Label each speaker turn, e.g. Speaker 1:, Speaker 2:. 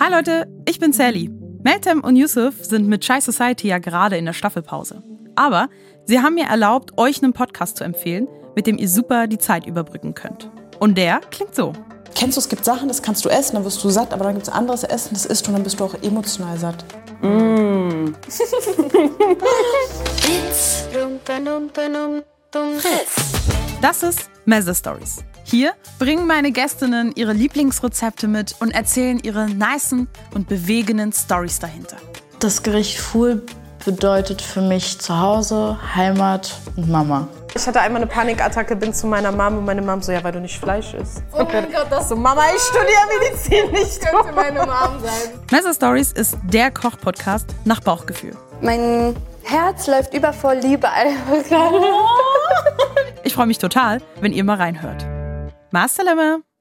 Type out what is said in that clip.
Speaker 1: Hi Leute, ich bin Sally. Meltem und Yusuf sind mit Shy Society ja gerade in der Staffelpause. Aber sie haben mir erlaubt, euch einen Podcast zu empfehlen, mit dem ihr super die Zeit überbrücken könnt. Und der klingt so.
Speaker 2: Kennst du, es gibt Sachen, das kannst du essen, dann wirst du satt, aber dann gibt es anderes Essen, das isst du und dann bist du auch emotional satt.
Speaker 3: Fritz. Rum, pa, lum, pa, lum, dum. Fritz.
Speaker 1: Das ist Messe Stories. Hier bringen meine Gästinnen ihre Lieblingsrezepte mit und erzählen ihre nicen und bewegenden Stories dahinter.
Speaker 4: Das Gericht Fuhl bedeutet für mich Zuhause, Heimat und Mama.
Speaker 5: Ich hatte einmal eine Panikattacke, bin zu meiner Mom und meine Mom so, ja, weil du nicht Fleisch isst.
Speaker 6: Oh mein Gott, das so, Mama, ich studiere Medizin nicht. Könnte meine Mom sein.
Speaker 1: Messe Stories ist der Koch-Podcast nach Bauchgefühl.
Speaker 7: Mein Herz läuft über vor Liebe einfach gerade.
Speaker 1: Ich freue mich total, wenn ihr mal reinhört. Master Lemme!